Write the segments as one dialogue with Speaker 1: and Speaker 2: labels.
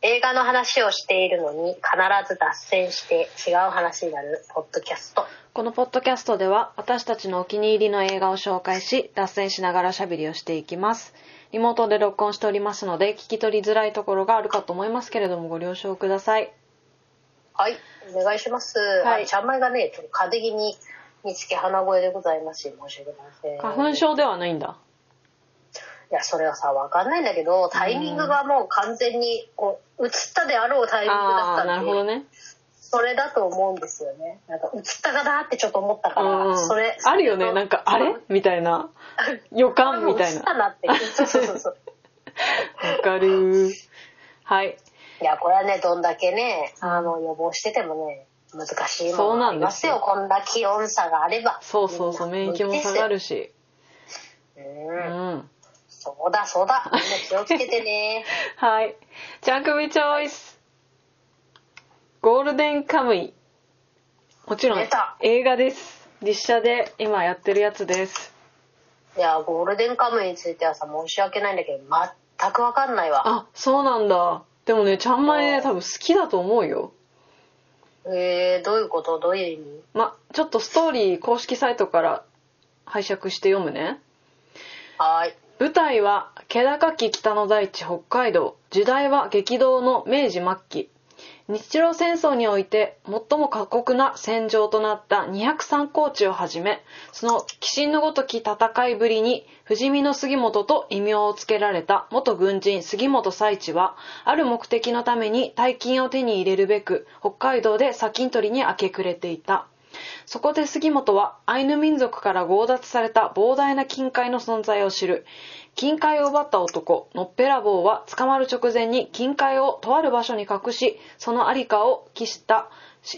Speaker 1: 映画の話をしているのに必ず脱線して違う話になるポッドキャスト
Speaker 2: このポッドキャストでは私たちのお気に入りの映画を紹介し脱線しながらしゃべりをしていきますリモートで録音しておりますので聞き取りづらいところがあるかと思いますけれどもご了承ください
Speaker 1: はいお願いします、
Speaker 2: はい
Speaker 1: あちゃんまいがねちょっと風邪気味につき鼻声でございますし申し訳ございません
Speaker 2: 花粉症ではないんだ
Speaker 1: いやそれはさわかんないんだけどタイミングがもう完全にこう映ったであろうタイミングだ
Speaker 2: あ
Speaker 1: ったん
Speaker 2: あー
Speaker 1: で
Speaker 2: なるほどね
Speaker 1: それだと思うんですよねなんか映ったかなってちょっと思ったから、
Speaker 2: うんうん
Speaker 1: それ
Speaker 2: あるよねなんかあれみた いな予感みたい
Speaker 1: 映
Speaker 2: な
Speaker 1: ったなってそうそうそうそう
Speaker 2: わかるはい
Speaker 1: いや、これはね、どんだけね、あの、予防しててもね、難しい
Speaker 2: そ
Speaker 1: も
Speaker 2: うん
Speaker 1: が
Speaker 2: な
Speaker 1: あり
Speaker 2: ん
Speaker 1: ま
Speaker 2: ですす
Speaker 1: よ。
Speaker 2: よ
Speaker 1: こんな気温差があれば。
Speaker 2: そうそうそう
Speaker 1: みん
Speaker 2: 免
Speaker 1: な
Speaker 2: 疫も下がる。し
Speaker 1: う。
Speaker 2: うんん
Speaker 1: そうだ、そう だ。みんな気をつけてね。
Speaker 2: はいジャンクビチョイスゴールデンカムイもちろん
Speaker 1: 出た
Speaker 2: 映画です実写で今やってるやつです
Speaker 1: いや、ゴールデンカムイについてはさ、申し訳ないんだけど、全くわかんないわ。
Speaker 2: あそうなんだでもねちゃんまい
Speaker 1: あ
Speaker 2: ね
Speaker 1: ー
Speaker 2: 多分好きだと思うよ
Speaker 1: えー、どういうことどういう意味
Speaker 2: まちょっとストーリー公式サイトから拝借して読むね
Speaker 1: はーい。
Speaker 2: 舞台は気高き北の大地北海道時代は激動の明治末期日露戦争において最も過酷な戦場となった203高地をはじめその鬼神のごとき戦いぶりに不死身の杉本と異名をつけられた元軍人杉本才知はある目的のために大金を手に入れるべく北海道で砂金取りに明け暮れていた。そこで杉本はアイヌ民族から強奪された膨大な金塊の存在を知る。金塊を奪った男、のっぺらぼうは捕まる直前に金塊をとある場所に隠し、そのありかを記した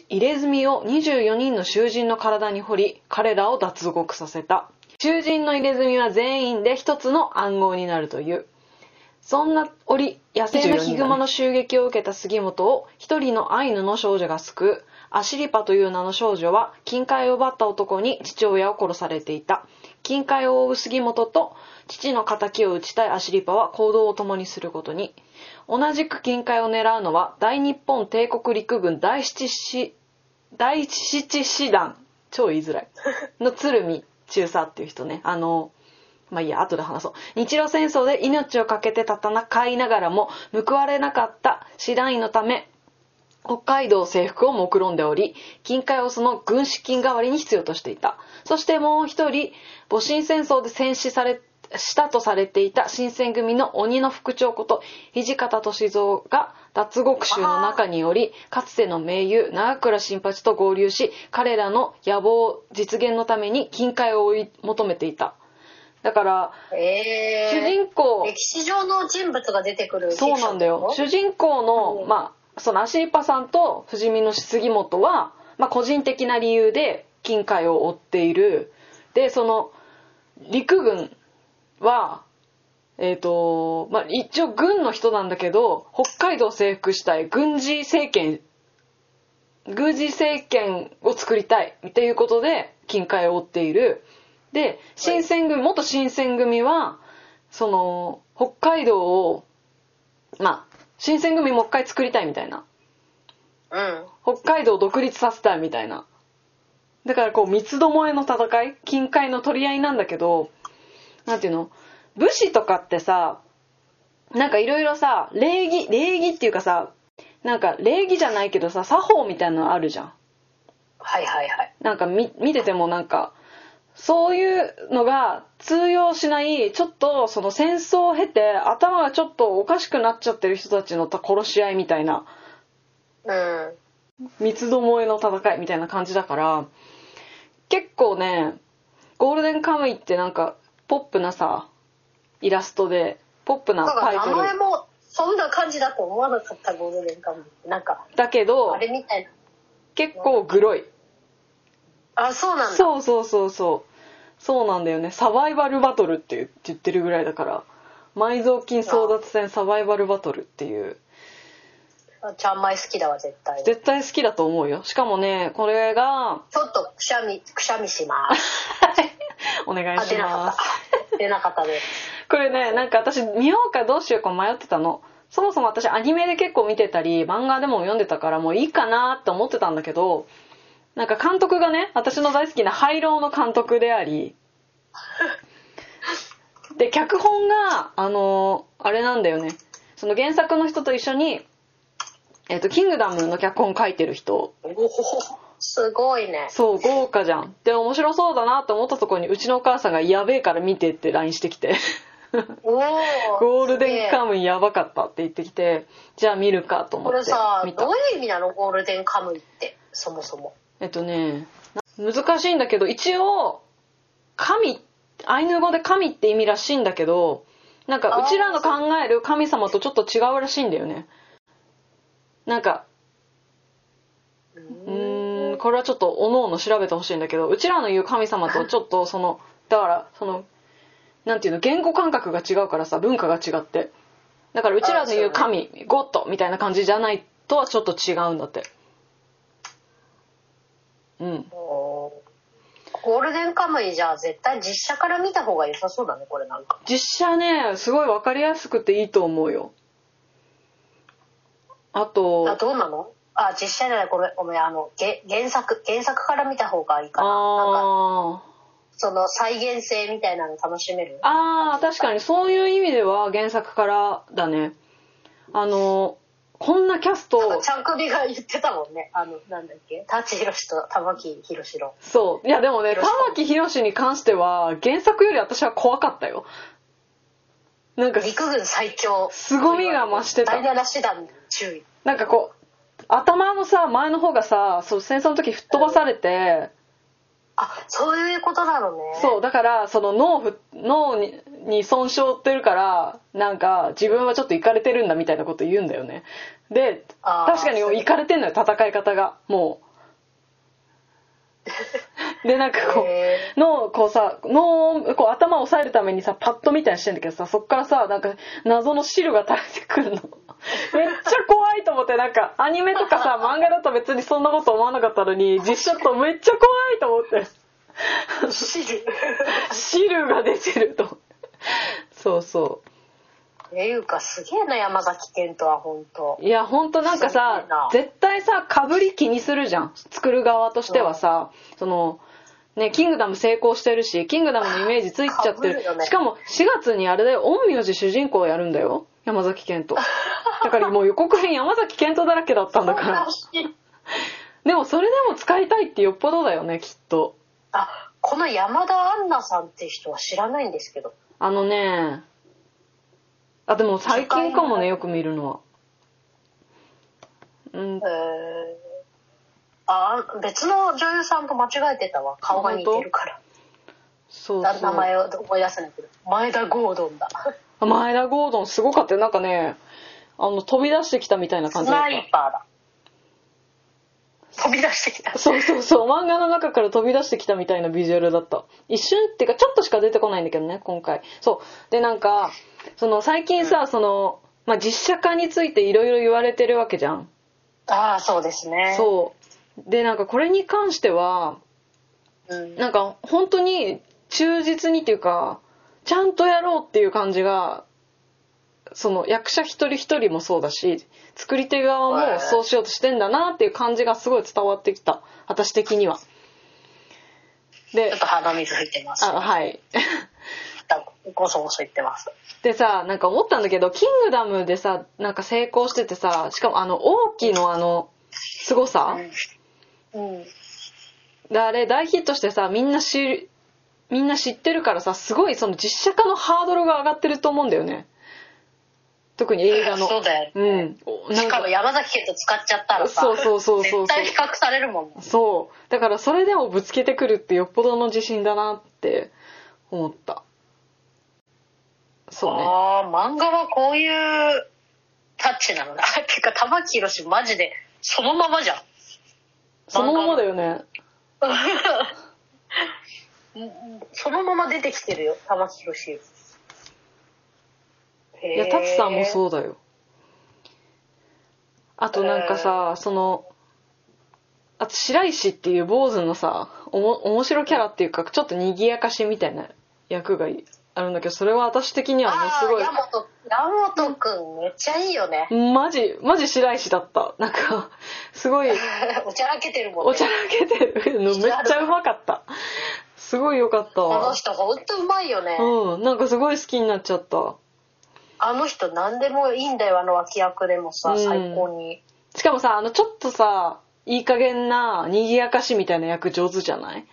Speaker 2: 入れ墨を24人の囚人の体に掘り、彼らを脱獄させた。囚人の入れ墨は全員で一つの暗号になるという。そんな折、野生のヒグマの襲撃を受けた杉本を一人のアイヌの少女が救う。アシリパという名の少女は、金塊を奪った男に父親を殺されていた。金塊を追う杉本と父の仇を討ちたいアシリパは行動を共にすることに。同じく金塊を狙うのは、大日本帝国陸軍第七師、第七師団、超言いづらい、の鶴見中佐っていう人ね。あの、まあいいや、後で話そう。日露戦争で命を懸けて戦いながらも、報われなかった師団員のため、北海道征服を目論んでおり、金塊をその軍資金代わりに必要としていた。そしてもう一人、戊辰戦争で戦死され、したとされていた新選組の鬼の副長こと土方歳三が脱獄囚の中によりかつての盟友長倉新八と合流し彼らの野望実現のために金塊を追い求めていただから
Speaker 1: えー。
Speaker 2: 主人公
Speaker 1: 歴史上の人物が出てくる
Speaker 2: そうなんだよ主人公の,、
Speaker 1: うん
Speaker 2: まあ、そのアシリパさんと不死身の杉本は、まあ、個人的な理由で金塊を追っているでその陸軍はえーとまあ、一応軍の人なんだけど北海道を征服したい軍事政権軍事政権を作りたいっていうことで金塊を追っているで新選組元新選組はその北海道をまあ新選組もう一回作りたいみたいな
Speaker 1: うん
Speaker 2: 北海道を独立させたいみたいなだからこう三つどもえの戦い近海の取り合いなんだけどなんていうの武士とかってさなんかいろいろさ礼儀礼儀っていうかさなんか礼儀じゃないけどさ作法みたいなのあるじゃん
Speaker 1: はいはいはい
Speaker 2: なんか見見ててもなんかそういうのが通用しないちょっとその戦争を経て頭がちょっとおかしくなっちゃってる人たちのた殺し合いみたいな
Speaker 1: うん
Speaker 2: 三つどもえの戦いみたいな感じだから結構ねゴールデンカムイってなんかポップなさイラストでポップな
Speaker 1: なん
Speaker 2: タイ
Speaker 1: か
Speaker 2: ト
Speaker 1: 名前
Speaker 2: ル
Speaker 1: もそんな感じだと思わなかったゴールデンカムイなんか
Speaker 2: だけど
Speaker 1: あれみたいな
Speaker 2: 結構グロい
Speaker 1: あそうなんだ
Speaker 2: そうそうそうそうそうなんだよねサバイバルバトルって言って言ってるぐらいだから埋蔵金争奪戦サバイバルバトルっていう
Speaker 1: あちゃんまい好きだわ絶対ち
Speaker 2: 絶対好きだと思うよしかもねこれが
Speaker 1: ょっとくしゃみくしゃみします
Speaker 2: お願い
Speaker 1: あ
Speaker 2: し
Speaker 1: 出なか
Speaker 2: ま
Speaker 1: っ
Speaker 2: す
Speaker 1: た出なかったです
Speaker 2: これねなんか私見ようかどうしようか迷ってたのそもそも私アニメで結構見てたり漫画でも読んでたからもういいかなって思ってたんだけどなんか監督がね私の大好きな廃炉の監督でありで脚本があのあれなんだよねその原作の人と一緒に「えっとキングダム」の脚本書いてる人
Speaker 1: おおすごいね
Speaker 2: そう豪華じゃんで面白そうだなと思ったところにうちのお母さんが「やべえから見て」って LINE してきて
Speaker 1: おお
Speaker 2: ゴールデンカ
Speaker 1: ム
Speaker 2: ムイやばかったって言ってきて、じゃあ見るかと
Speaker 1: こ
Speaker 2: 思っ
Speaker 1: れ
Speaker 2: て
Speaker 1: さ
Speaker 2: 見
Speaker 1: ど
Speaker 2: た
Speaker 1: う。いう意味なのゴールデンカムイってそもそも
Speaker 2: えっとね、な難しいんだけど、一応、神、アイヌ語で神って意味らしいんだけど、なんか
Speaker 1: あー
Speaker 2: うちらの考える神様とちょっと違うらしいんだよね。なんか、
Speaker 1: う
Speaker 2: うーん、これはちょっとおのおの調べてほしいんだけど、うちらの言う神様とちょっとその、だから、その、なんていうの、言語感覚が違うからさ、文化が違って。だからうちらの言う神、ゴッドみたいな感じじゃないとはちょっと違うんだって。うん。
Speaker 1: おーゴールデンカムイじゃあ絶対実写から見た方が良さそうだねこれなんか
Speaker 2: 実写ね、すごいわかりやすくていいと思うよ。あと、
Speaker 1: あどうなのあ実写じゃないこれごめんあのげ原作原作から見た方がいいかななんか
Speaker 2: あー
Speaker 1: その再現性みたいなの楽しめる
Speaker 2: あー確かにそういう意味では原作からだねあのこんなキャス
Speaker 1: なん
Speaker 2: ト
Speaker 1: かちゃんくびが言ってたもんねあのなんだっけ舘ひろしと玉木ひろしの
Speaker 2: そういやでもね
Speaker 1: よろしく
Speaker 2: 玉木宏に関しては原作より私は怖かったよなんか
Speaker 1: 陸軍最強
Speaker 2: 凄みが増してた
Speaker 1: 第7師団に注意
Speaker 2: なんかこう頭のさ前の方がさそう戦争の時吹っ飛ばされて
Speaker 1: あそういうことなのね
Speaker 2: そうだからその脳ふ脳にに損傷を負ってるからなんか自分はちょっといかれてるんだみたいなこと言うんだよねで
Speaker 1: あー
Speaker 2: 確かに
Speaker 1: そう
Speaker 2: いかれてんのよ戦い方がも うでなんかこう
Speaker 1: へ
Speaker 2: 脳をこうさ脳をこう頭を押さえるためにさパッドみたいにしてんだけどさそっからさなんか謎の汁が垂れてく るのめっちゃ怖いと思ってなんかアニメとかさ 漫画だと別にそんなこと思わなかったのに実写とめっちゃ怖いと思って
Speaker 1: ー汁
Speaker 2: 汁が出てるとそうそ
Speaker 1: っていうかす げえな山崎賢人は本当
Speaker 2: ういやほんとなんか
Speaker 1: すごいな
Speaker 2: さ絶対さかぶり気にするじゃん作る側としてはさ、そのねキングダム成功してるしキングダムのイメージついちゃってる
Speaker 1: 被るよね
Speaker 2: しかも4月にあれだよ陰陽師主人公やるんだよ山崎賢人だからもう予告編山崎賢人だらけだったんだからでもそれでも使いたいってよっぽどだよねきっと
Speaker 1: あこの山田杏奈さんって人は知らないんですけど
Speaker 2: あのねあでも最近かも
Speaker 1: 初回の
Speaker 2: ねよく見るのはうん
Speaker 1: えーあ別の女優さんと間違えてたわ顔が似てるから
Speaker 2: そう
Speaker 1: だ
Speaker 2: そ
Speaker 1: 名
Speaker 2: う
Speaker 1: 前を思い出せないけど前田ゴードンだ
Speaker 2: 前田ゴードンすごかったよなんかねあの飛び出してきたみたいな
Speaker 1: ス
Speaker 2: 感じだっ
Speaker 1: ナイパーだ飛び出してきた
Speaker 2: たそうそうそう漫画の中から飛び出してきたみたいなビジュアルだった一瞬っていうかちょっとしか出てこないんだけどね今回そうでなんかその最近さ、その、まあ、実写化についていろいろ言われてるわけじゃん
Speaker 1: ああそうですね
Speaker 2: そうでなんかこれに関しては
Speaker 1: うん、
Speaker 2: なんか本当に忠実にっていうかちゃんとやろうっていう感じがその役者一人一人もそうだし作り手側
Speaker 1: は
Speaker 2: も
Speaker 1: い
Speaker 2: そうしようとしてんだなっていう感じがすごい伝わってきた私的には。で
Speaker 1: ちょっと鼻水吹いてます
Speaker 2: あはい。
Speaker 1: ごそごそ言ってます
Speaker 2: でさなんか思ったんだけど「キングダム」でさなんか成功しててさしかもあの王毅のあの凄さ、
Speaker 1: うん、うん、
Speaker 2: であれ大ヒットしてさみんな知るみんな知ってるからさすごいその実写化のハードルが上がってると思うんだよね特に映画 の
Speaker 1: そうだよ
Speaker 2: う
Speaker 1: ね、
Speaker 2: んおな
Speaker 1: し
Speaker 2: ん
Speaker 1: かも
Speaker 2: か
Speaker 1: 山崎賢人使っちゃったらさ
Speaker 2: そうそうそうそうそう
Speaker 1: 絶対比較されるもんね
Speaker 2: そうだからそれでもぶつけてくるってよっぽどの自信だなって思ったそうね
Speaker 1: ああ漫画はこういうタッチなのね てか玉木宏マジでそのままじゃん
Speaker 2: そのままだよね
Speaker 1: そのまま出てきてるよ玉木宏
Speaker 2: いやタツさんも
Speaker 1: う
Speaker 2: そうだよあとなんかさそのあと白石っていう坊主のさおも面白キャラっていうかちょっと賑やかしみたいな役がいあるんだけどそれは私的にはね
Speaker 1: あ
Speaker 2: す
Speaker 1: あ
Speaker 2: ごい
Speaker 1: 山本山本くんめっちゃいいよね
Speaker 2: マジマジ白石だったなんかす ごい
Speaker 1: おちゃらけてるもんね
Speaker 2: おちゃらけてるのめっちゃうまかったすごいよかった
Speaker 1: あの
Speaker 2: わ
Speaker 1: 人ほんとうまいよね、
Speaker 2: うんなんかすごい好きになっちゃった
Speaker 1: あの人何でもいいんだよあの脇役でもさ、
Speaker 2: うん
Speaker 1: 最高に
Speaker 2: しかもさあのちょっとさいい加減な賑やかしみたいな役上手じゃない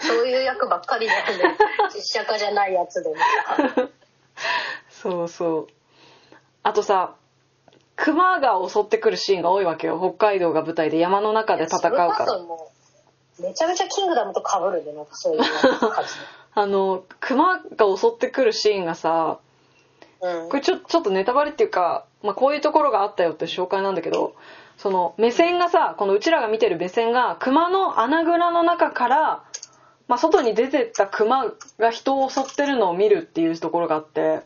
Speaker 1: そういう役ばっかりだ よね実写化じゃないやつでも
Speaker 2: そうそうあとさ熊が襲ってくるシーンが多いわけよ北海道が舞台で山の中で戦うか
Speaker 1: それこ
Speaker 2: ら
Speaker 1: そもうめちゃめちゃキングダムと被るでなんかそういう感 じ、
Speaker 2: あの熊が襲ってくるシーンがさ
Speaker 1: うん
Speaker 2: これちょちょっとネタバレっていうか、まあ、こういうところがあったよって紹介なんだけどその目線がさこのうちらが見てる目線が熊の穴蔵の中から、まあ、外に出てった熊が人を襲ってるのを見るっていうところがあって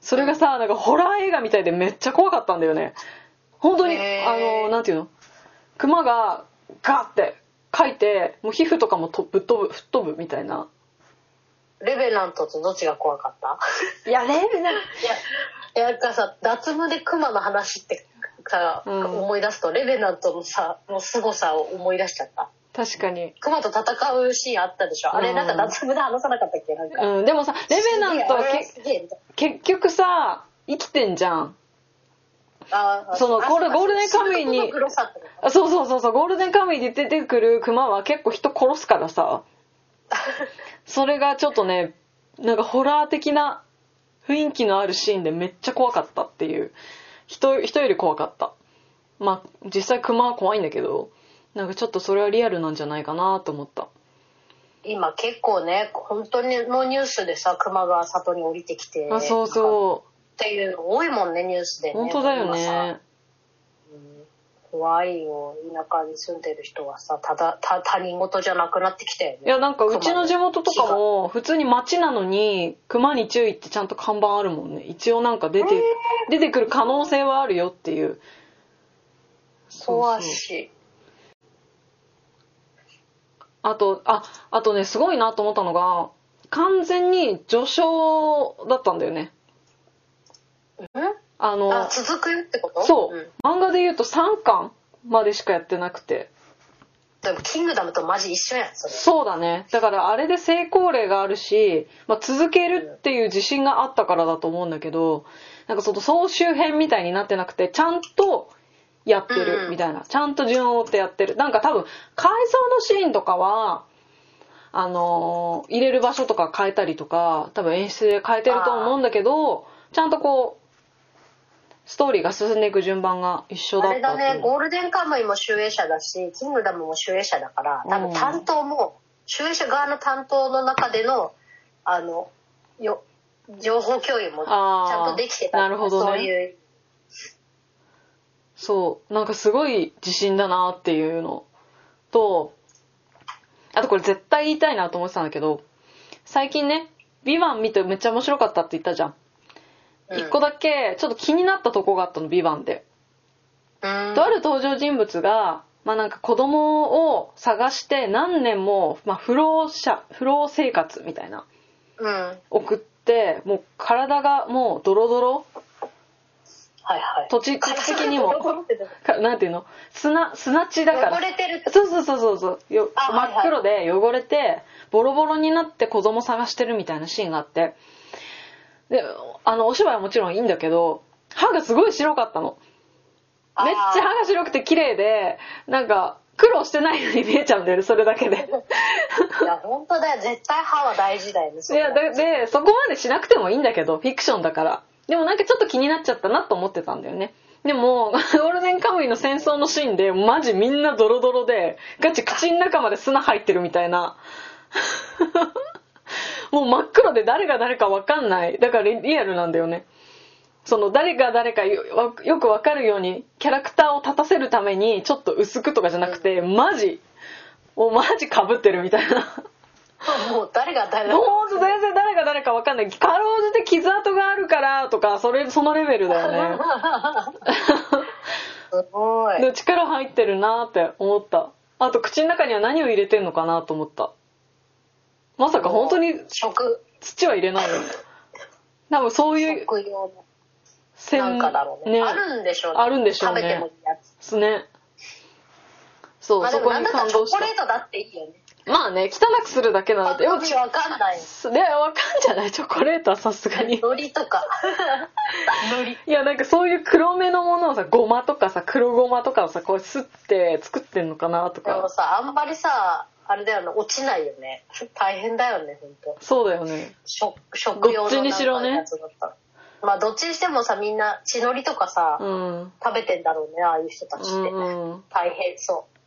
Speaker 2: それがさなんかホラー映画みたいでめっちゃ怖かったんだよね本当に
Speaker 1: へ
Speaker 2: あ
Speaker 1: ー
Speaker 2: のなんていうの熊がガーって書いてもう皮膚とかもとぶっ飛ぶ吹っ飛ぶみたいな
Speaker 1: レベナントとどっちが怖かった
Speaker 2: いやレベ
Speaker 1: いやいやかさ脱毛でクマの話ってさ、
Speaker 2: うん
Speaker 1: 思い出すとレベナントのさの凄さを思い出しちゃった
Speaker 2: 確かに
Speaker 1: クマと戦うシーンあったでしょあ
Speaker 2: う
Speaker 1: れ
Speaker 2: ん
Speaker 1: なんか脱毛で話さなかったっけなんか、
Speaker 2: うん、でもさレベナントはけ
Speaker 1: すげえあれすげえみたいな
Speaker 2: 結局さ生きてんじゃん
Speaker 1: ああ
Speaker 2: そのゴール
Speaker 1: あうか
Speaker 2: ゴールデンカムイに
Speaker 1: そういうとこの黒さってこと
Speaker 2: あそうそうそうそうゴールデンカムイで出てくるクマは結構人殺すか らさそれがちょっとねなんかホラー的な雰囲気のあるシーンでめっちゃ怖かったっていう人人より怖かったまあ実際クマは怖いんだけどなんかちょっとそれはリアルなんじゃないかなと思った
Speaker 1: 今結構ね本当にのニュースでさクマが里に降りてきて
Speaker 2: あそう
Speaker 1: う
Speaker 2: そ
Speaker 1: っていうの多いもんねニュースで
Speaker 2: う
Speaker 1: ね
Speaker 2: 本当だよ
Speaker 1: 今さ
Speaker 2: ね
Speaker 1: 怖いよ田舎に住んでる人はさただた他人事じゃなくなってきたよね
Speaker 2: いやなんかうちの地元とかも普通に町なのに熊に注意ってちゃんと看板あるもんね一応なんか出て、出てくる可能性はあるよっていうそうそう
Speaker 1: 怖し
Speaker 2: あとああとねすごいなと思ったのが完全に序章だったんだよねあの
Speaker 1: あ続くよってこと
Speaker 2: そう、
Speaker 1: ん
Speaker 2: 漫画で言うと3巻までしかやってなくて
Speaker 1: でも「キングダム」とマジ一緒やんそれ
Speaker 2: そうだねだからあれで成功例があるし、まあ、続けるっていう自信があったからだと思うんだけどなんかその総集編みたいになってなくてちゃんとやって
Speaker 1: うんう
Speaker 2: る
Speaker 1: ん
Speaker 2: みたいな、ちゃんと順を追ってやってるなんか多分改造のシーンとかはあのー入れる場所とか変えたりとか多分演出で変えてると思うんだけどちゃんとこうストーリーが進んでいく順番が一緒だ
Speaker 1: あ
Speaker 2: っ
Speaker 1: れ
Speaker 2: た
Speaker 1: だ
Speaker 2: ってい
Speaker 1: ね
Speaker 2: う
Speaker 1: ゴールデンカムイも集英社だしキングダムも集英社だから多
Speaker 2: う
Speaker 1: 分
Speaker 2: ん
Speaker 1: 担当も集英社側の担当の中でのあのよ情報共有もち
Speaker 2: あー
Speaker 1: ゃんとできてた
Speaker 2: なるほどね
Speaker 1: そういう
Speaker 2: そうなんかすごい自信だなっていうのとあとこれ絶対言いたいなと思ってたんだけど最近ね「ビバン見てめっちゃ面白かったって言ったじゃん、
Speaker 1: うん
Speaker 2: 一個だけちょっと気になったとこがあったの「ビバンで、
Speaker 1: うん
Speaker 2: とある登場人物がまあなんか子供を探して何年も、まあ、不老者不老生活みたいな
Speaker 1: うんはい
Speaker 2: 送ってもう体がもうドロドロ
Speaker 1: はい
Speaker 2: 土地土地的 にも
Speaker 1: 汚
Speaker 2: かなんていうの砂砂地だから
Speaker 1: れてる
Speaker 2: そうそうそうそうそうよ
Speaker 1: あはいはい
Speaker 2: 真っ黒で汚れてボロボロになって子供探してるみたいなシーンがあってであのお芝居はもちろんいいんだけど歯がすごい白かったの
Speaker 1: あー
Speaker 2: めっちゃ歯が白くて綺麗でなんか苦労してないように見えちゃうんだよねそれだけで
Speaker 1: いや本当だよ絶対歯は大事だよね
Speaker 2: い
Speaker 1: それ
Speaker 2: やででそこまでしなくてもいいんだけどフィクションだからでもなんかちょっと気になっちゃったなと思ってたんだよねでも ゴールデンカムイの戦争のシーンでマジみんなドロドロでガチ口の中まで砂入ってるみたいな もう真っ黒で誰が誰か分かんないだからリリアルなんだよねその誰が誰かよわよく分かるようにキャラクターを立たせるためにちょっと薄くとかじゃなくてマジおマジかぶってるみたいな
Speaker 1: もう誰が誰だ
Speaker 2: ほんと全然誰が誰か分かんないかろうじて傷跡があるからとかそれそのレベルだよね
Speaker 1: すごい
Speaker 2: で力入ってるなって思ったあと口の中には何を入れてんのかなと思ったまさか本当に
Speaker 1: 食
Speaker 2: 土は入れないよ多分そういう
Speaker 1: 食用の
Speaker 2: 戦
Speaker 1: なんかだろうねあるんでしょうね
Speaker 2: あるんでしょうね
Speaker 1: 食べてもいいやつ
Speaker 2: すねそう、
Speaker 1: まあで
Speaker 2: そ
Speaker 1: も
Speaker 2: こ
Speaker 1: なん
Speaker 2: に
Speaker 1: だった
Speaker 2: 感
Speaker 1: らチョ
Speaker 2: 動し
Speaker 1: コレートだっていいよね
Speaker 2: たまあね汚くするだけな
Speaker 1: パ
Speaker 2: ん
Speaker 1: ッ
Speaker 2: でよ
Speaker 1: と
Speaker 2: く
Speaker 1: 見わかんない
Speaker 2: それはわかんじゃないチョコレートはさすがに
Speaker 1: のりと かのり
Speaker 2: いやなんかそういう黒目のものをさごまとかさ黒ごまとかをさこうすって作ってんのかなと
Speaker 1: でも
Speaker 2: か
Speaker 1: さあんまりさあれだよね落ちないよね大変だよね本当
Speaker 2: そうだよね
Speaker 1: 食食用
Speaker 2: ど
Speaker 1: の
Speaker 2: っちにしろね
Speaker 1: なんかやつだったらまあどっちにしてもさみんな血のりとかさ、
Speaker 2: うんうん
Speaker 1: 食べてんだろうねああいう人たちって、
Speaker 2: うん
Speaker 1: 大変そう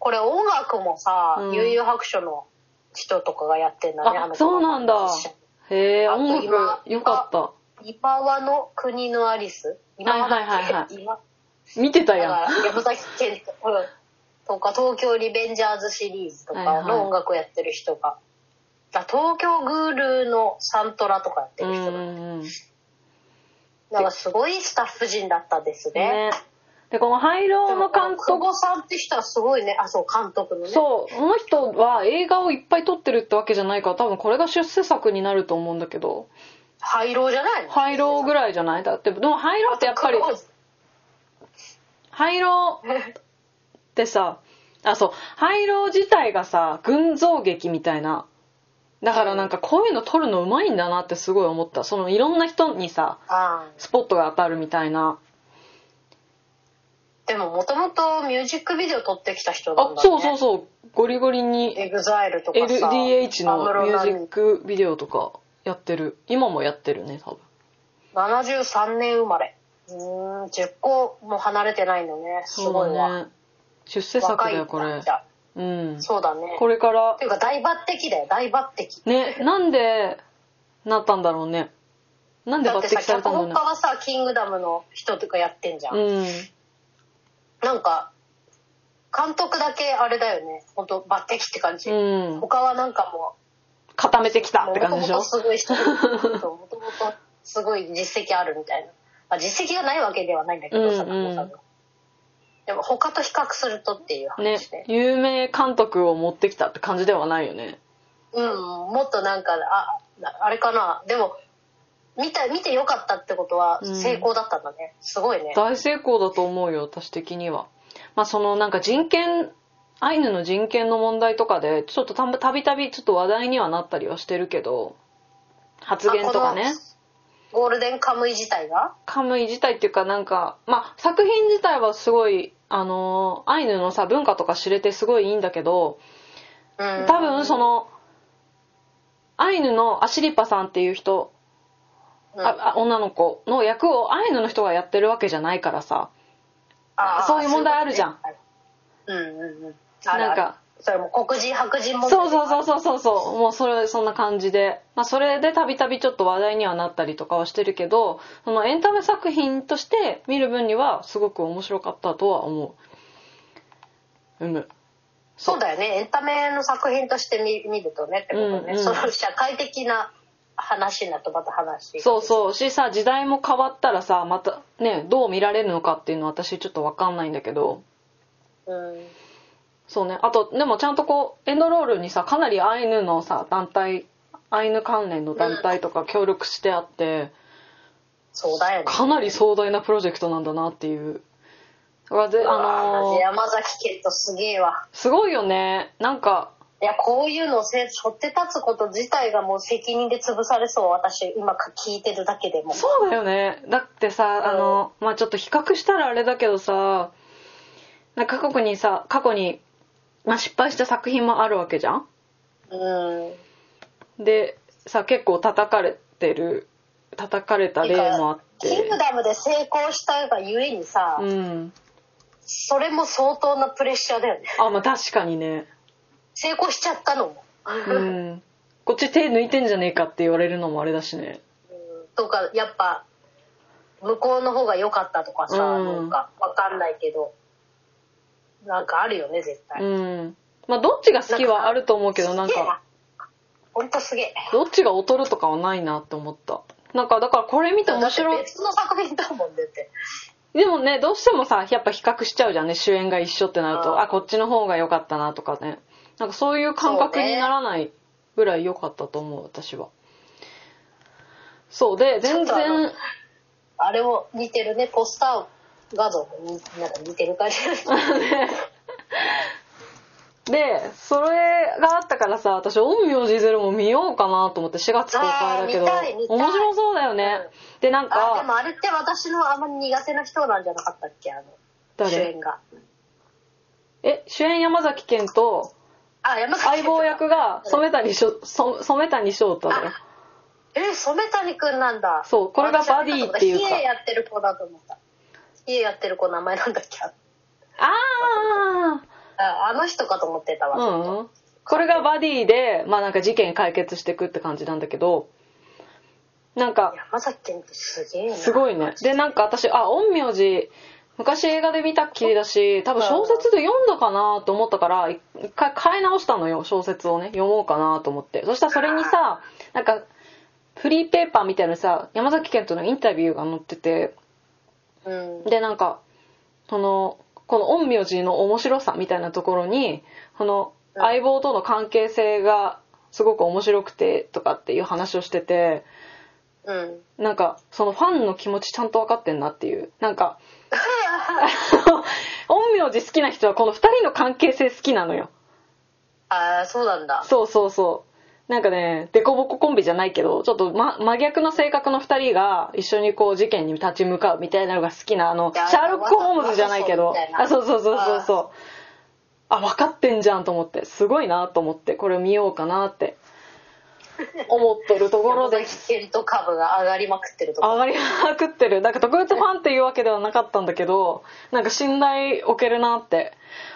Speaker 1: これ音楽もさ、
Speaker 2: うん
Speaker 1: 悠々白書の人とかがやってんだね
Speaker 2: あ
Speaker 1: の
Speaker 2: そうなんだへえ
Speaker 1: あと
Speaker 2: 音
Speaker 1: 今
Speaker 2: 楽よかっ
Speaker 1: 今和の国のアリス今和だっけ
Speaker 2: はいはいはいはい
Speaker 1: 今
Speaker 2: た見てた
Speaker 1: だ
Speaker 2: やん
Speaker 1: から山崎賢人うんとか東京リベンジャーズシリーズとかの音楽をやってる人が、だから東京グールのサントラとかやって
Speaker 2: うん
Speaker 1: る人
Speaker 2: う
Speaker 1: だ、
Speaker 2: んうん
Speaker 1: なんかすごいスタッフ陣だったですね
Speaker 2: ねでこの廃
Speaker 1: で
Speaker 2: 炉
Speaker 1: も
Speaker 2: の監
Speaker 1: 久
Speaker 2: 督
Speaker 1: 保さんって人はすごいねあそう監督のね
Speaker 2: そうこの人は映画をいっぱい撮ってるってわけじゃないから多分これが出世作になると思うんだけど
Speaker 1: 廃炉じゃないの
Speaker 2: 廃炉ぐらいじゃないだってでも廃炉ってやっぱり
Speaker 1: あと久
Speaker 2: 廃炉
Speaker 1: 保
Speaker 2: ってさあそう廃炉自体がさ群像劇みたいなだからなんかこういうの撮るのうまいんだなってすごい思ったそのいろんな人にさ
Speaker 1: あ
Speaker 2: スポットが当たるみたいな
Speaker 1: ーでももともとミュージックビデオ撮ってきた人なんだ、ね、
Speaker 2: あそうそうそうゴリゴリに
Speaker 1: エグザイルとかさ安室
Speaker 2: LDH のミュー
Speaker 1: 奈
Speaker 2: ジ
Speaker 1: 美
Speaker 2: ックビデオとかやってる今もやってるね多分
Speaker 1: 73年生まれうーん10個も離れてないのねすごい
Speaker 2: そう
Speaker 1: わ、
Speaker 2: だね出世作だよこ
Speaker 1: 若い
Speaker 2: れ
Speaker 1: んじゃ
Speaker 2: うん
Speaker 1: そうだね
Speaker 2: これから
Speaker 1: っていうか大抜擢だよ大抜擢
Speaker 2: ねなんでなったんだろうねなんで
Speaker 1: だ
Speaker 2: 抜
Speaker 1: ってさ
Speaker 2: 擢さ
Speaker 1: 脚
Speaker 2: れたん
Speaker 1: 本
Speaker 2: だ
Speaker 1: 家
Speaker 2: ろ
Speaker 1: はさ「キングダム」の人とかやってんじゃ、
Speaker 2: うんね
Speaker 1: なんか監督だけあれだよね本当抜擢って感じ、
Speaker 2: うんうん
Speaker 1: 他はなんかも
Speaker 2: 固めてきた
Speaker 1: う
Speaker 2: っ
Speaker 1: も
Speaker 2: て
Speaker 1: と
Speaker 2: 感じ
Speaker 1: も
Speaker 2: でし
Speaker 1: と
Speaker 2: ょ
Speaker 1: すごい人そうもともとすごい実績あるみたいな、まあ、実績がないわけではないんだけどさ、
Speaker 2: うんうん
Speaker 1: 久保さがでも他と比較するとっていう
Speaker 2: ね
Speaker 1: 話で、
Speaker 2: 有名監督を持ってきたって感じではないよね
Speaker 1: うん、もっとなんかああれかなでも見た見てよかったってことは
Speaker 2: うん
Speaker 1: 成功だったんだね、すごいね
Speaker 2: 大成功だと思うよ私的にはまあそのなんか人権アイヌの人権の問題とかでちょっとたたびたびちょっと話題にはなったりはしてるけど発言とか
Speaker 1: あこ
Speaker 2: ね
Speaker 1: のゴールデンカムイ自体が
Speaker 2: カムイ自体っていうかなんかまあ作品自体はすごいあのーアイヌのさ文化とか知れてすごいいいんだけど
Speaker 1: うん
Speaker 2: 多分そのアイヌのアシリパさんっていう人
Speaker 1: うん
Speaker 2: ああ女の子の役をアイヌの人がやってるわけじゃないからさ
Speaker 1: あー
Speaker 2: そういう問題あるじゃん
Speaker 1: そういうことねうんうんうんある
Speaker 2: なん
Speaker 1: ある
Speaker 2: か
Speaker 1: それも黒人白人問題
Speaker 2: そうそうそうそうそうそうもうそれそんな感じで、まあ、それでたびたびちょっと話題にはなったりとかはしてるけどそのエンタメ作品として見る分にはすごく面白かったとは思ううむ
Speaker 1: そうだよねエンタメの作品として見見るとねってことね、
Speaker 2: うんうん
Speaker 1: その社会的な話になるとまた話
Speaker 2: そう
Speaker 1: う
Speaker 2: そうしさ時代も変わったらさまたねどう見られるのかっていうのは私ちょっと分かんないんだけど
Speaker 1: うん
Speaker 2: そうねあとでもちゃんとこうエンドロールにさかなりアイヌのさ団体アイヌ関連の団体とか協力してあって、
Speaker 1: そうだよね
Speaker 2: かなり壮大なプロジェクトなんだなっていう。わぜあ
Speaker 1: うわ
Speaker 2: の
Speaker 1: ー
Speaker 2: ー
Speaker 1: 山崎賢人すげえわ
Speaker 2: すごいよねなんか
Speaker 1: いや、こういうのをせ、しょって立つこと自体がもう責任で潰されそう、私、今か聞いてるだけでも。
Speaker 2: そうだよねだってさあのまあちょっと比較したらあれだけどさなんか過去にさ過去に、まあ、失敗した作品もあるわけじゃん
Speaker 1: うん。
Speaker 2: でさ結構叩かれてる叩かれた例もあって
Speaker 1: キングダムで成功したがゆえにさ、
Speaker 2: うん
Speaker 1: それも相当なプレッシャーだよね。
Speaker 2: あまあ確かにね
Speaker 1: 成功しちゃったのも。
Speaker 2: うんこっち手抜いてんじゃねえかって言われるのもあれだしね
Speaker 1: とか、やっぱ、向こうの方が良かったとかさ、
Speaker 2: うん
Speaker 1: なんか、わかんないけど、なんかあるよね、絶対。
Speaker 2: うんまあどっちが好きはあると思うけどなん
Speaker 1: すげえ
Speaker 2: か
Speaker 1: ほんとすげえ。
Speaker 2: どっちが劣るとかはないなって思った。なんかだからこれ見て面
Speaker 1: だ
Speaker 2: 白
Speaker 1: っ
Speaker 2: い
Speaker 1: て。別の作品だもんねって。
Speaker 2: でもね、どうしてもさ、やっぱ比較しちゃうじゃんね。主演が一緒ってなる
Speaker 1: う
Speaker 2: と、
Speaker 1: ん
Speaker 2: あ、こっちの方が良かったなとかね。なんかそういう感覚にならないぐらい良かったと思う、私は。そうで
Speaker 1: ちょ
Speaker 2: 全
Speaker 1: っとあの
Speaker 2: 然
Speaker 1: あれも似てるね、ポスター画像も似なんか似てる感じ。
Speaker 2: でそれがあったからさ私「陰陽師ゼロ」も見ようかなと思って4月公開だけど
Speaker 1: あー見たい見たい
Speaker 2: 面白そうだよね、でなん
Speaker 1: あ、でも
Speaker 2: か
Speaker 1: あれって私のあんまり苦手な人なんじゃなかったっけあの、主
Speaker 2: 誰
Speaker 1: 演が。
Speaker 2: え主演山崎賢と
Speaker 1: あ、山崎
Speaker 2: 相棒 役が染谷しょそ染谷翔太だよ
Speaker 1: え、染谷くんなんだ。
Speaker 2: そうこれがバディっていうか
Speaker 1: 私あれだと思ったヒエやってる子だと思った。ヒエやってる子名前なんだっけ
Speaker 2: あ
Speaker 1: ああの人かと思ってた
Speaker 2: あ
Speaker 1: わ。
Speaker 2: うんこれがバディでまあなんか事件解決していくって感じなんだけどなんか
Speaker 1: 山崎賢ってすげえな。
Speaker 2: すごいね。で、なんか私、あ、陰陽師、昔映画で見たっきりだし、多分小説で読んだかなと思ったから、い一回買い直したのよ、小説をね、読もうかなと思って。そしたらそれにさ、なんか、フリーペーパーみたいなのにさ、山崎賢人のインタビューが載ってて、
Speaker 1: うん。
Speaker 2: で、なんか、その、この陰陽師の面白さみたいなところに、この、
Speaker 1: うん
Speaker 2: 相棒との関係性がすごく面白くて、とかっていう話をしてて、
Speaker 1: うん。
Speaker 2: なんか、そのファンの気持ちちゃんと分かってんなっていう。な んか、陰陽師好きな人はこの二人の関係性好きなのよ。
Speaker 1: ああ、そうなんだ。
Speaker 2: そうそうそう。なんかね、デコボココンビじゃないけど、ちょっと、ま、真逆の性格の二人が一緒にこう事件に立ち向かうみたいなのが好きな、あの、
Speaker 1: いや
Speaker 2: シャーロック・ホームズじゃないけど
Speaker 1: わかった、わか
Speaker 2: あ、
Speaker 1: った
Speaker 2: そうそうそうそうそう。あ、分かってんじゃんと思って、すごいなと思って、これを見ようかなって思ってるところ
Speaker 1: 山
Speaker 2: で
Speaker 1: 崎賢人株が上がりまくってるとこ。
Speaker 2: 上がりまくってるなんか特別ファンっていうわけではなかったんだけどなんか信頼置けるなって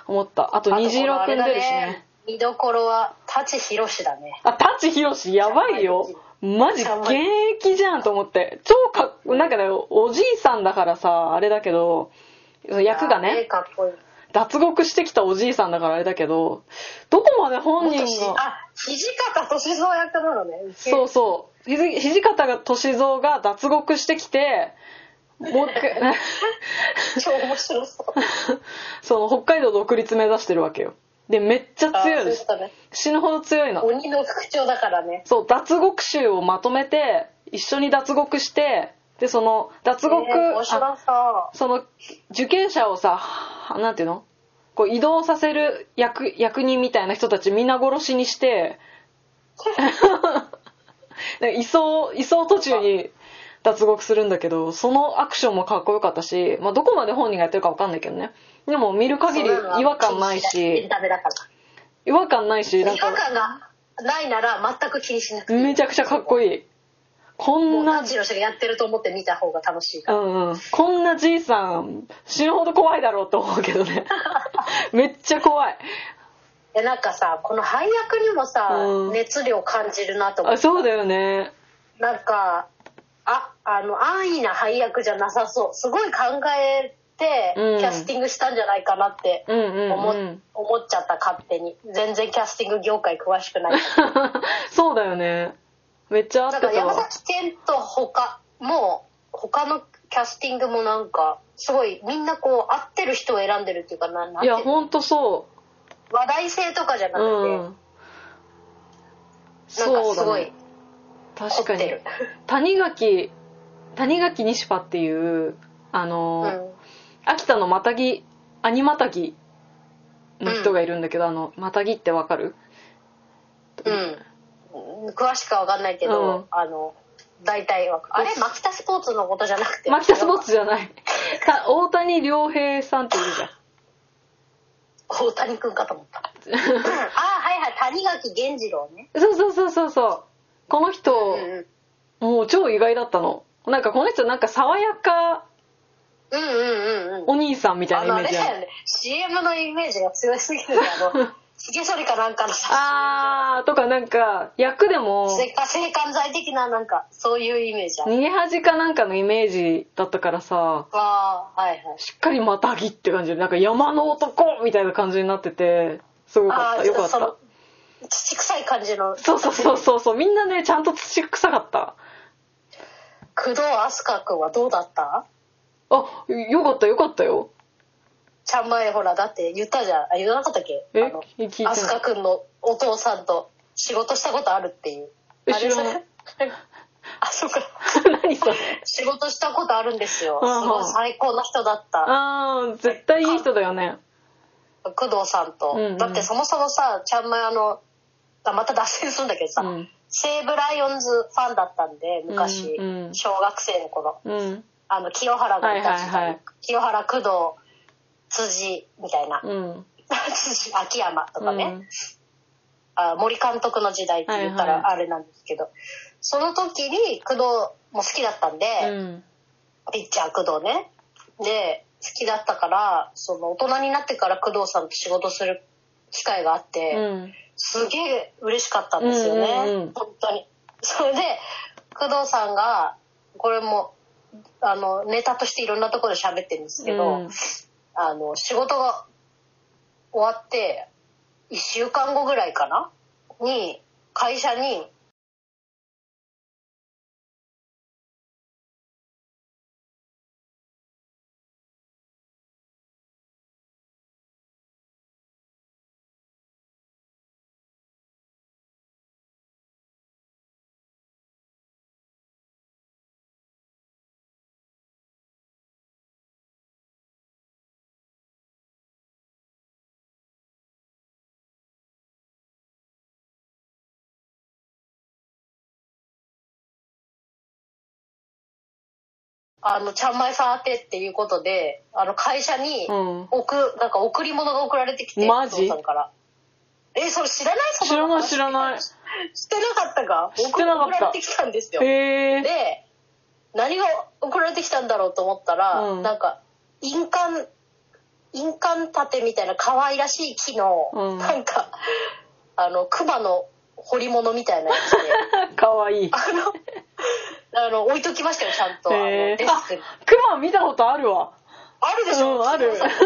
Speaker 2: 思ったあと虹色くん出る
Speaker 1: あとこの
Speaker 2: し
Speaker 1: あれだ
Speaker 2: ね。
Speaker 1: 見どころは、舘ひろしだね。
Speaker 2: あ舘ひろしやばいよマジ
Speaker 1: や
Speaker 2: 現
Speaker 1: ばい
Speaker 2: 役じゃんと思って超かっなんかねおじいさんだからさあれだけど役が
Speaker 1: あれ
Speaker 2: ね
Speaker 1: かっこいい。
Speaker 2: 脱獄してきたおじいさんだからあれだけどどこまで本人
Speaker 1: 元し
Speaker 2: が
Speaker 1: あ、土方歳三役なのね。。
Speaker 2: そううそうひじ土方歳三が脱獄してきてもう一回
Speaker 1: 超面白そう。
Speaker 2: その北海道独立目指してるわけよでめっちゃ 強い
Speaker 1: あーそう
Speaker 2: で
Speaker 1: いう
Speaker 2: す
Speaker 1: ことね。
Speaker 2: 死ぬほど強いの
Speaker 1: 鬼の副長だからね。
Speaker 2: そう脱獄集をまとめて一緒に脱獄してでその脱獄、
Speaker 1: えー面白
Speaker 2: あ
Speaker 1: そ
Speaker 2: その受刑者をさはなんていうのこう移動させる役役人みたいな人たち皆殺しにして なんか移送移送途中に脱獄するんだけどそのアクションもかっこよかったし、まあ、どこまで本人がやってるかわかんないけどねでも見る
Speaker 1: う。
Speaker 2: 限り違和感ないし
Speaker 1: ダメだか
Speaker 2: 違和感ないし
Speaker 1: ら。
Speaker 2: なん
Speaker 1: 違
Speaker 2: か
Speaker 1: 和感がないなら全く気にしなくていい。
Speaker 2: めちゃくちゃかっこいいこ
Speaker 1: も
Speaker 2: ん
Speaker 1: う
Speaker 2: な
Speaker 1: 何時の人がやってると思って見た方が楽しいから。
Speaker 2: うんうん、こんなじいさん死ぬほど怖いだろうと思うけどね めっちゃ怖い
Speaker 1: でなんかさ、この配役にもさ、
Speaker 2: うん
Speaker 1: 熱量感じるなと思
Speaker 2: あ
Speaker 1: って。
Speaker 2: そうだよね
Speaker 1: なんか、あ、あの、安易な配役じゃなさそう。すごい考えて、
Speaker 2: うん
Speaker 1: キャスティングしたんじゃないかなって
Speaker 2: うんうん、
Speaker 1: 思,、
Speaker 2: うん、
Speaker 1: 思っちゃった、勝手に。全然キャスティング業界詳しく ない。
Speaker 2: そうだよねめっちゃ合っ
Speaker 1: だ
Speaker 2: て
Speaker 1: から
Speaker 2: た
Speaker 1: 山
Speaker 2: わ
Speaker 1: 崎賢と他も他のキャスティングもなんかすごいみんなこう合ってる人を選んでるっていうかななん
Speaker 2: い
Speaker 1: てい
Speaker 2: や
Speaker 1: うの
Speaker 2: ほんとそ
Speaker 1: 話題性とかじゃな
Speaker 2: う
Speaker 1: くて、
Speaker 2: うん
Speaker 1: なん
Speaker 2: そ
Speaker 1: か
Speaker 2: う
Speaker 1: す
Speaker 2: だ
Speaker 1: ご
Speaker 2: ね
Speaker 1: い
Speaker 2: 確
Speaker 1: 凝
Speaker 2: か
Speaker 1: って
Speaker 2: に
Speaker 1: る。
Speaker 2: 谷垣谷垣西パっていうあ
Speaker 1: う
Speaker 2: のー、
Speaker 1: ん
Speaker 2: 秋田のマタギアニマタギの人がいるんだけど、あのマタギってわかる
Speaker 1: うん、詳しくは分かんないけど、
Speaker 2: うん
Speaker 1: あの大体はあれマキタスポーツのことじゃなくて
Speaker 2: マキタスポーツじゃない た大谷亮平さんっているじゃん
Speaker 1: 大谷君かと思った うんあーはいはい谷垣源次郎ね
Speaker 2: そうそうそうそうそうこの人、
Speaker 1: うんうん
Speaker 2: もう超意外だったのなんかこの人なんか爽やか
Speaker 1: うんうんうん
Speaker 2: お兄さんみた
Speaker 1: あ
Speaker 2: いな
Speaker 1: のあ
Speaker 2: イメー
Speaker 1: れ
Speaker 2: ジ
Speaker 1: だ
Speaker 2: あ
Speaker 1: よ
Speaker 2: る
Speaker 1: ね CM のイメージが強すぎるねあ のひげ剃りかなんかのさ
Speaker 2: あーとかなんか役でも
Speaker 1: せか性感剤的ななんかそういうイメージある
Speaker 2: 逃げ恥かなんかのイメージだったからさ
Speaker 1: あーはいはい
Speaker 2: しっかりまたぎって感じでなんか山の男みたいな感じになっててすごかっ
Speaker 1: あ
Speaker 2: た
Speaker 1: あ
Speaker 2: よかった
Speaker 1: その土臭い感じの
Speaker 2: そうそうそうそうそうみんなねちゃんと土臭かった
Speaker 1: 工藤飛鳥君はどうだった
Speaker 2: あよかったよかったよ
Speaker 1: ちゃんまいほらだって言ったじゃんあ言わなかったっけ
Speaker 2: え
Speaker 1: あの
Speaker 2: 聞いてな
Speaker 1: ア
Speaker 2: い
Speaker 1: スカくんのお父さんと仕事したことあるっていう。
Speaker 2: え
Speaker 1: あれ
Speaker 2: 知らない
Speaker 1: それ あ、そうか。
Speaker 2: 何それ
Speaker 1: 仕事したことあるんですよ。
Speaker 2: うんうん
Speaker 1: すごい最高な人だった。
Speaker 2: あー絶対いい人だよね
Speaker 1: 工藤さんと。
Speaker 2: うんうん
Speaker 1: だってそもそもさ、ちゃんまやの、あまた脱線するんだけどさ、
Speaker 2: うん
Speaker 1: 西武ライオンズファンだったんで、昔、
Speaker 2: うんうん
Speaker 1: 小学生の頃。
Speaker 2: うん
Speaker 1: あの、清原がいた時代、
Speaker 2: はいはいはい
Speaker 1: 清原工藤、辻みたいな、
Speaker 2: うん
Speaker 1: 辻、秋山とかね。
Speaker 2: うん
Speaker 1: あ森監督の時代って言った
Speaker 2: はい
Speaker 1: ら
Speaker 2: は
Speaker 1: あれなんですけど、その時に工藤も好きだったんで、
Speaker 2: うん
Speaker 1: ピッチャー工藤ねで好きだったからその大人になってから工藤さんと仕事する機会があって、
Speaker 2: うん
Speaker 1: すげえ嬉しかったんですよね、
Speaker 2: うんうんうん
Speaker 1: 本当にそれで工藤さんがこれもあのネタとしていろんなところで喋ってるんですけど、
Speaker 2: うん
Speaker 1: あの仕事が終わって1週間後ぐらいかなに会社にあのちゃんまいさん宛てっていうことであの会社に
Speaker 2: うん
Speaker 1: 送なんか贈り物が送られてきて
Speaker 2: マジ
Speaker 1: お父さんからえそれ知らないその
Speaker 2: 知らない知らない
Speaker 1: 知ってなかったか
Speaker 2: 知ってなか
Speaker 1: 送
Speaker 2: った
Speaker 1: られてきたんですよ
Speaker 2: へ え
Speaker 1: で何が送られてきたんだろうと思ったら、
Speaker 2: うん
Speaker 1: なんか印鑑印鑑立てみたいな可愛らしい木の、
Speaker 2: うん
Speaker 1: なんかあの熊の彫り物みたいなや つで
Speaker 2: かわいい
Speaker 1: あのあの置いときましたよちゃんと、あの
Speaker 2: へ
Speaker 1: デ
Speaker 2: え
Speaker 1: スクに。
Speaker 2: クマ見たことあるわ
Speaker 1: あるでしょ、
Speaker 2: うんある
Speaker 1: そうどう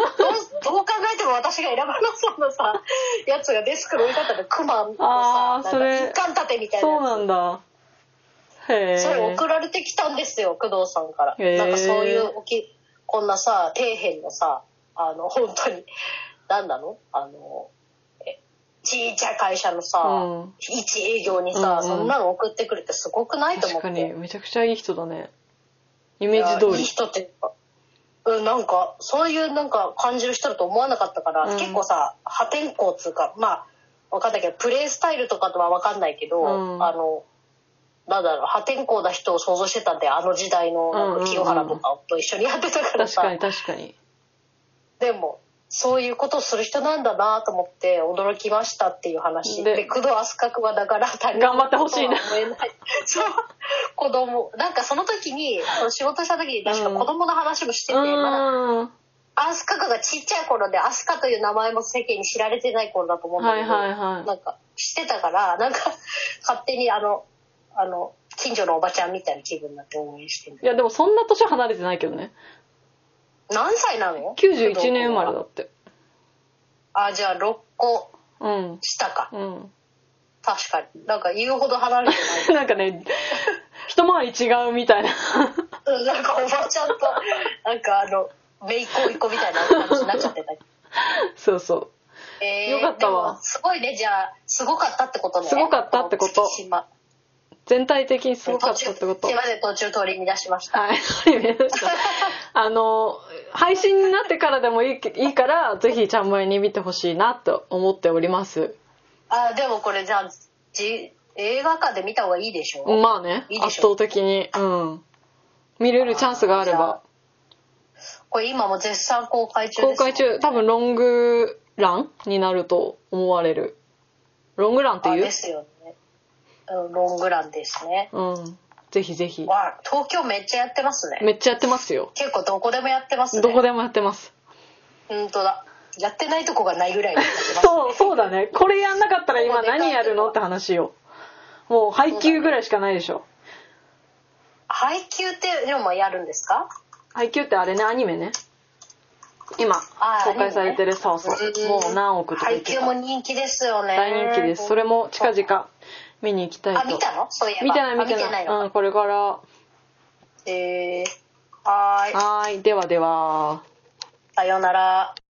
Speaker 1: どう考えても私が選ばなそうなさやつがデスクの置い方でクマの
Speaker 2: あ
Speaker 1: さ
Speaker 2: ーそれ
Speaker 1: なんか印鑑立てみたいな
Speaker 2: そう
Speaker 1: や
Speaker 2: なんだへえ
Speaker 1: つそれ送られてきたんですよ工藤さんから、
Speaker 2: へー
Speaker 1: なんかそういうおきこんなさ底辺のさあの本当に何なのあのえちいちゃい会社のさ、
Speaker 2: うん
Speaker 1: 一営業にさ、
Speaker 2: うんうん
Speaker 1: そんなの送ってくるってすごくないと思
Speaker 2: 確
Speaker 1: って
Speaker 2: かにめちゃくちゃいい人だねイメージ通
Speaker 1: いやいい
Speaker 2: り
Speaker 1: 人っていうかうん、なんかそういうなんか感じる人だと思わなかったから、
Speaker 2: うん
Speaker 1: 結構さ破天荒っつうかまあ分かんないけどプレースタイルとかとは分かんないけど、
Speaker 2: うん
Speaker 1: あのなんだろう破天荒な人を想像してたんであの時代のなん
Speaker 2: うんうんう
Speaker 1: か
Speaker 2: ん
Speaker 1: 清原とかと一緒にやってたから
Speaker 2: 確
Speaker 1: さ、
Speaker 2: かに確かに
Speaker 1: でもそういうことをする人なんだなと思って驚きましたっていう話
Speaker 2: で
Speaker 1: で工藤飛鳥君はだから他人の
Speaker 2: 頑張ってほしいな
Speaker 1: ことは思えない そう子供なんかその時にその仕事した時に確か子供の話もしてて、まだ
Speaker 2: うん
Speaker 1: 飛鳥君がちっちゃい頃で飛鳥という名前も世間に知られてない頃だと思うんだ
Speaker 2: は
Speaker 1: け
Speaker 2: い
Speaker 1: ど、
Speaker 2: はいは
Speaker 1: なんか知ってたからなんか勝手にあのあの近所のおばちゃんみたいな気分になって応援してる
Speaker 2: いいやでもそんな年離れてないけどね
Speaker 1: 何歳なの
Speaker 2: 91年生まれだって
Speaker 1: あじゃあ6個
Speaker 2: うん
Speaker 1: 下か
Speaker 2: うん
Speaker 1: 確かになんか言うほど離れてない
Speaker 2: なんかね一回り違うみたいな
Speaker 1: うんなんかおばちゃんとなんかあのめいっ子いっ子みたいな感じになっちゃってた
Speaker 2: そうそ
Speaker 1: えー、
Speaker 2: よかったわ
Speaker 1: でもすごいねじゃあすごかったってことね
Speaker 2: すごかったってこと
Speaker 1: 月島
Speaker 2: う全体的にすごかったって
Speaker 1: 途
Speaker 2: こ
Speaker 1: 中
Speaker 2: と
Speaker 1: すいません途中通り乱しました
Speaker 2: はいわかりましたあの配信になってからでもいいけいいからぜひちゃんまいに見てほしいなと思っております
Speaker 1: あでもこれじゃあじ映画館で見た方がいいでしょ、
Speaker 2: まあね
Speaker 1: いいでし
Speaker 2: 圧
Speaker 1: ょ
Speaker 2: 倒的にうん見れるチャンスがあれば
Speaker 1: これ今も絶賛公開中です、
Speaker 2: 公開中多分ロングランになると思われるロングランって
Speaker 1: あ
Speaker 2: いう
Speaker 1: ですよねうんロングランですね
Speaker 2: うんぜひぜひ
Speaker 1: わあ東京めっちゃやってますね
Speaker 2: めっちゃやってますよ
Speaker 1: 結構どこでもやってますね
Speaker 2: どこでもやってます
Speaker 1: 本当だやってないとこがないぐらいやってます
Speaker 2: そうそうだねこれやんなかったら今何やるのって話よもう配給ぐらいしかないでしょ
Speaker 1: 配給ってのもやるんですか
Speaker 2: 配給ってあれねアニメね今
Speaker 1: あー
Speaker 2: 公開されてるそうそうもう何億とか
Speaker 1: 配
Speaker 2: いけ
Speaker 1: 給
Speaker 2: た
Speaker 1: も人気ですよね
Speaker 2: 大人気ですそれも近々見に行きたいと
Speaker 1: あ見たのそういえば
Speaker 2: 見てない見て
Speaker 1: あ見て
Speaker 2: な
Speaker 1: ない
Speaker 2: い
Speaker 1: の
Speaker 2: うんこれから
Speaker 1: えー、はーい
Speaker 2: はーいではでは
Speaker 1: さようなら